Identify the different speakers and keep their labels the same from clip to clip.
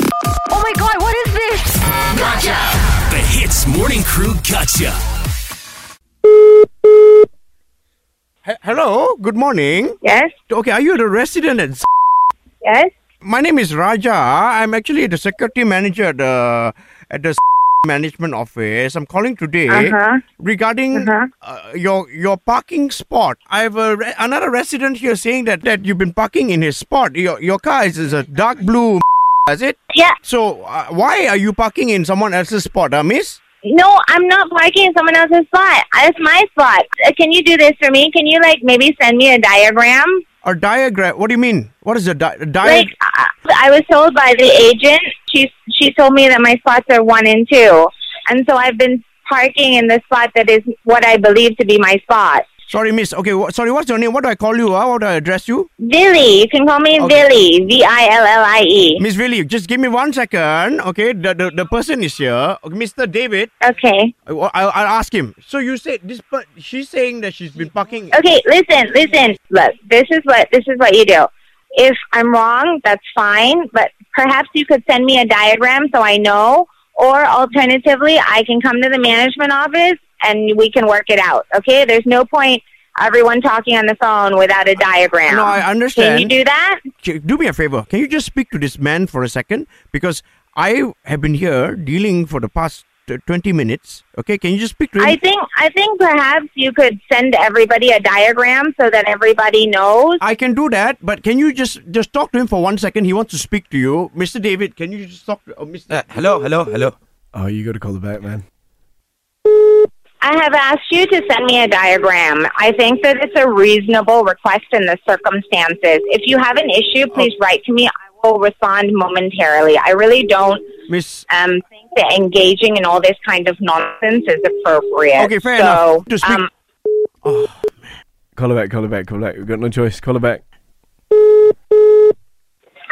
Speaker 1: Oh my god, what is this?
Speaker 2: The Hits Morning Crew Gotcha.
Speaker 3: He- Hello, good morning.
Speaker 4: Yes,
Speaker 3: Okay, are you the resident at Z-
Speaker 4: yes.
Speaker 3: My name is Raja. I'm actually the security manager at the, at the Z- management office. I'm calling today
Speaker 4: Uh-huh.
Speaker 3: regarding
Speaker 4: Uh-huh.
Speaker 3: uh, your your parking spot. I have a re- another resident here saying that, that you've been parking in his spot. Your, your car is, is a dark blue, is it?
Speaker 4: Yeah.
Speaker 3: So, uh, why are you parking in someone else's spot, uh, miss?
Speaker 4: No, I'm not parking in someone else's spot. It's my spot. Uh, Can you do this for me? Can you like maybe send me a diagram?
Speaker 3: A diagram? What do you mean? What is a di- diagram?
Speaker 4: Like I, I was told by the agent, she she told me that my spots are one and two, and so I've been parking in the spot that is what I believe to be my spot.
Speaker 3: Sorry, miss. Okay, wha sorry, what's your name? What do I call you? Uh? How do I address you?
Speaker 4: Billy, you can call me
Speaker 3: Okay.
Speaker 4: Billy, V I L L I E.
Speaker 3: Miss Willie, just give me one second. Okay, the, the, the person is here. Okay, Mr. David,
Speaker 4: Okay,
Speaker 3: I, will ask him. So you said this, per- she's saying that she's been parking.
Speaker 4: okay. Listen, listen. Look, this is what this is what you do. If I'm wrong, that's fine, but perhaps you could send me a diagram so I know, or alternatively, I can come to the management office and we can work it out. Okay, there's no point everyone talking on the phone without a diagram.
Speaker 3: No, I
Speaker 4: Can
Speaker 3: understand.
Speaker 4: you do that?
Speaker 3: Ch- do me a favor. Can you just speak to this man for a second? Because I have been here dealing for the past uh, 20 minutes. Okay, can you just speak to him?
Speaker 4: I think I think perhaps you could send everybody a diagram so that everybody knows.
Speaker 3: I can do that, but can you just just talk to him for one second? He wants to speak to you, Mr. David. Can you just talk to oh, Mr.
Speaker 5: Uh, hello, hello, hello.
Speaker 6: Oh, you got to call the back, man.
Speaker 4: I have asked you to send me a diagram. I think that it's a reasonable request in the circumstances. If you have an issue, please write to me. I will respond momentarily. I really don't
Speaker 3: Miss?
Speaker 4: um, think that engaging in all this kind of nonsense is appropriate.
Speaker 3: Okay, fair
Speaker 4: so,
Speaker 3: enough. To speak-
Speaker 4: um,
Speaker 6: Call her back, call her back, call her back. We've got no choice. Call her back.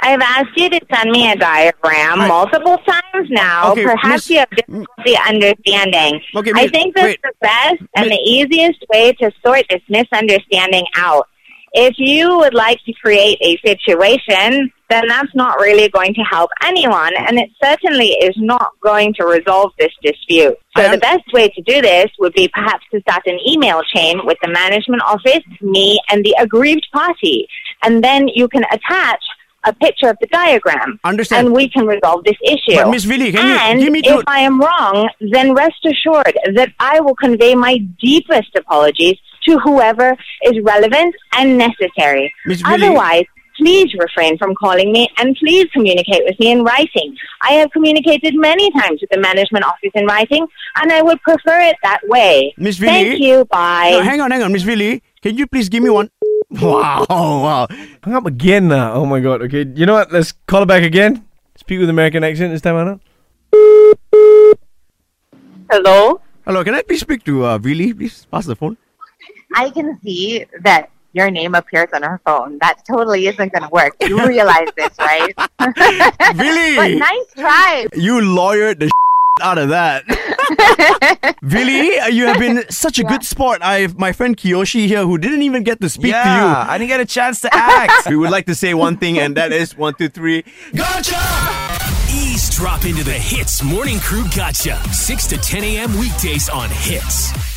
Speaker 4: I have asked you to send me a diagram
Speaker 3: Right.
Speaker 4: multiple times now.
Speaker 3: Okay,
Speaker 4: Perhaps
Speaker 3: Miss-
Speaker 4: you have difficulty understanding.
Speaker 3: Okay,
Speaker 4: I
Speaker 3: Miss-
Speaker 4: think that's
Speaker 3: wait.
Speaker 4: the best and the easiest way to sort this misunderstanding out. If you would like to create a situation, then that's not really going to help anyone, and it certainly is not going to resolve this dispute. So
Speaker 3: I
Speaker 4: the
Speaker 3: un-
Speaker 4: best way to do this would be perhaps to start an email chain with the management office, me, and the aggrieved party, and then you can attach a picture of the diagram,
Speaker 3: Understand.
Speaker 4: and we can resolve this issue.
Speaker 3: But Miss Willie, can you
Speaker 4: and
Speaker 3: give me two-
Speaker 4: if I am wrong, then rest assured that I will convey my deepest apologies to whoever is relevant and necessary.
Speaker 3: Miss Willie-
Speaker 4: Otherwise, please refrain from calling me and please communicate with me in writing. I have communicated many times with the management office in writing, and I would prefer it that way.
Speaker 3: Miss
Speaker 4: Thank
Speaker 3: Willie?
Speaker 4: you. Bye.
Speaker 3: No, hang on, hang on, Miss Willie. Can you please give me one? Wow, wow.
Speaker 6: Hung up again now. Oh, my God. Okay, you know what? Let's call her back again. Speak with American accent this time, Anna.
Speaker 7: Hello.
Speaker 3: Hello, can I please speak to uh, Willie? Please pass the phone.
Speaker 7: I can see that your name appears on her phone. That totally isn't going to work. You realize this, right? But
Speaker 3: Willie,
Speaker 7: nice try.
Speaker 3: you lawyered the out of that. Willie, uh, you have been such a good sport. I have my friend Kiyoshi here who didn't even get to speak
Speaker 5: yeah,
Speaker 3: to
Speaker 5: I didn't get a chance to act.
Speaker 3: you. We would like to say one thing, and that is one, two, three.
Speaker 2: Eavesdrop into the Hits Morning Crew Gotcha. 6 to 10 a.m. weekdays on Hits.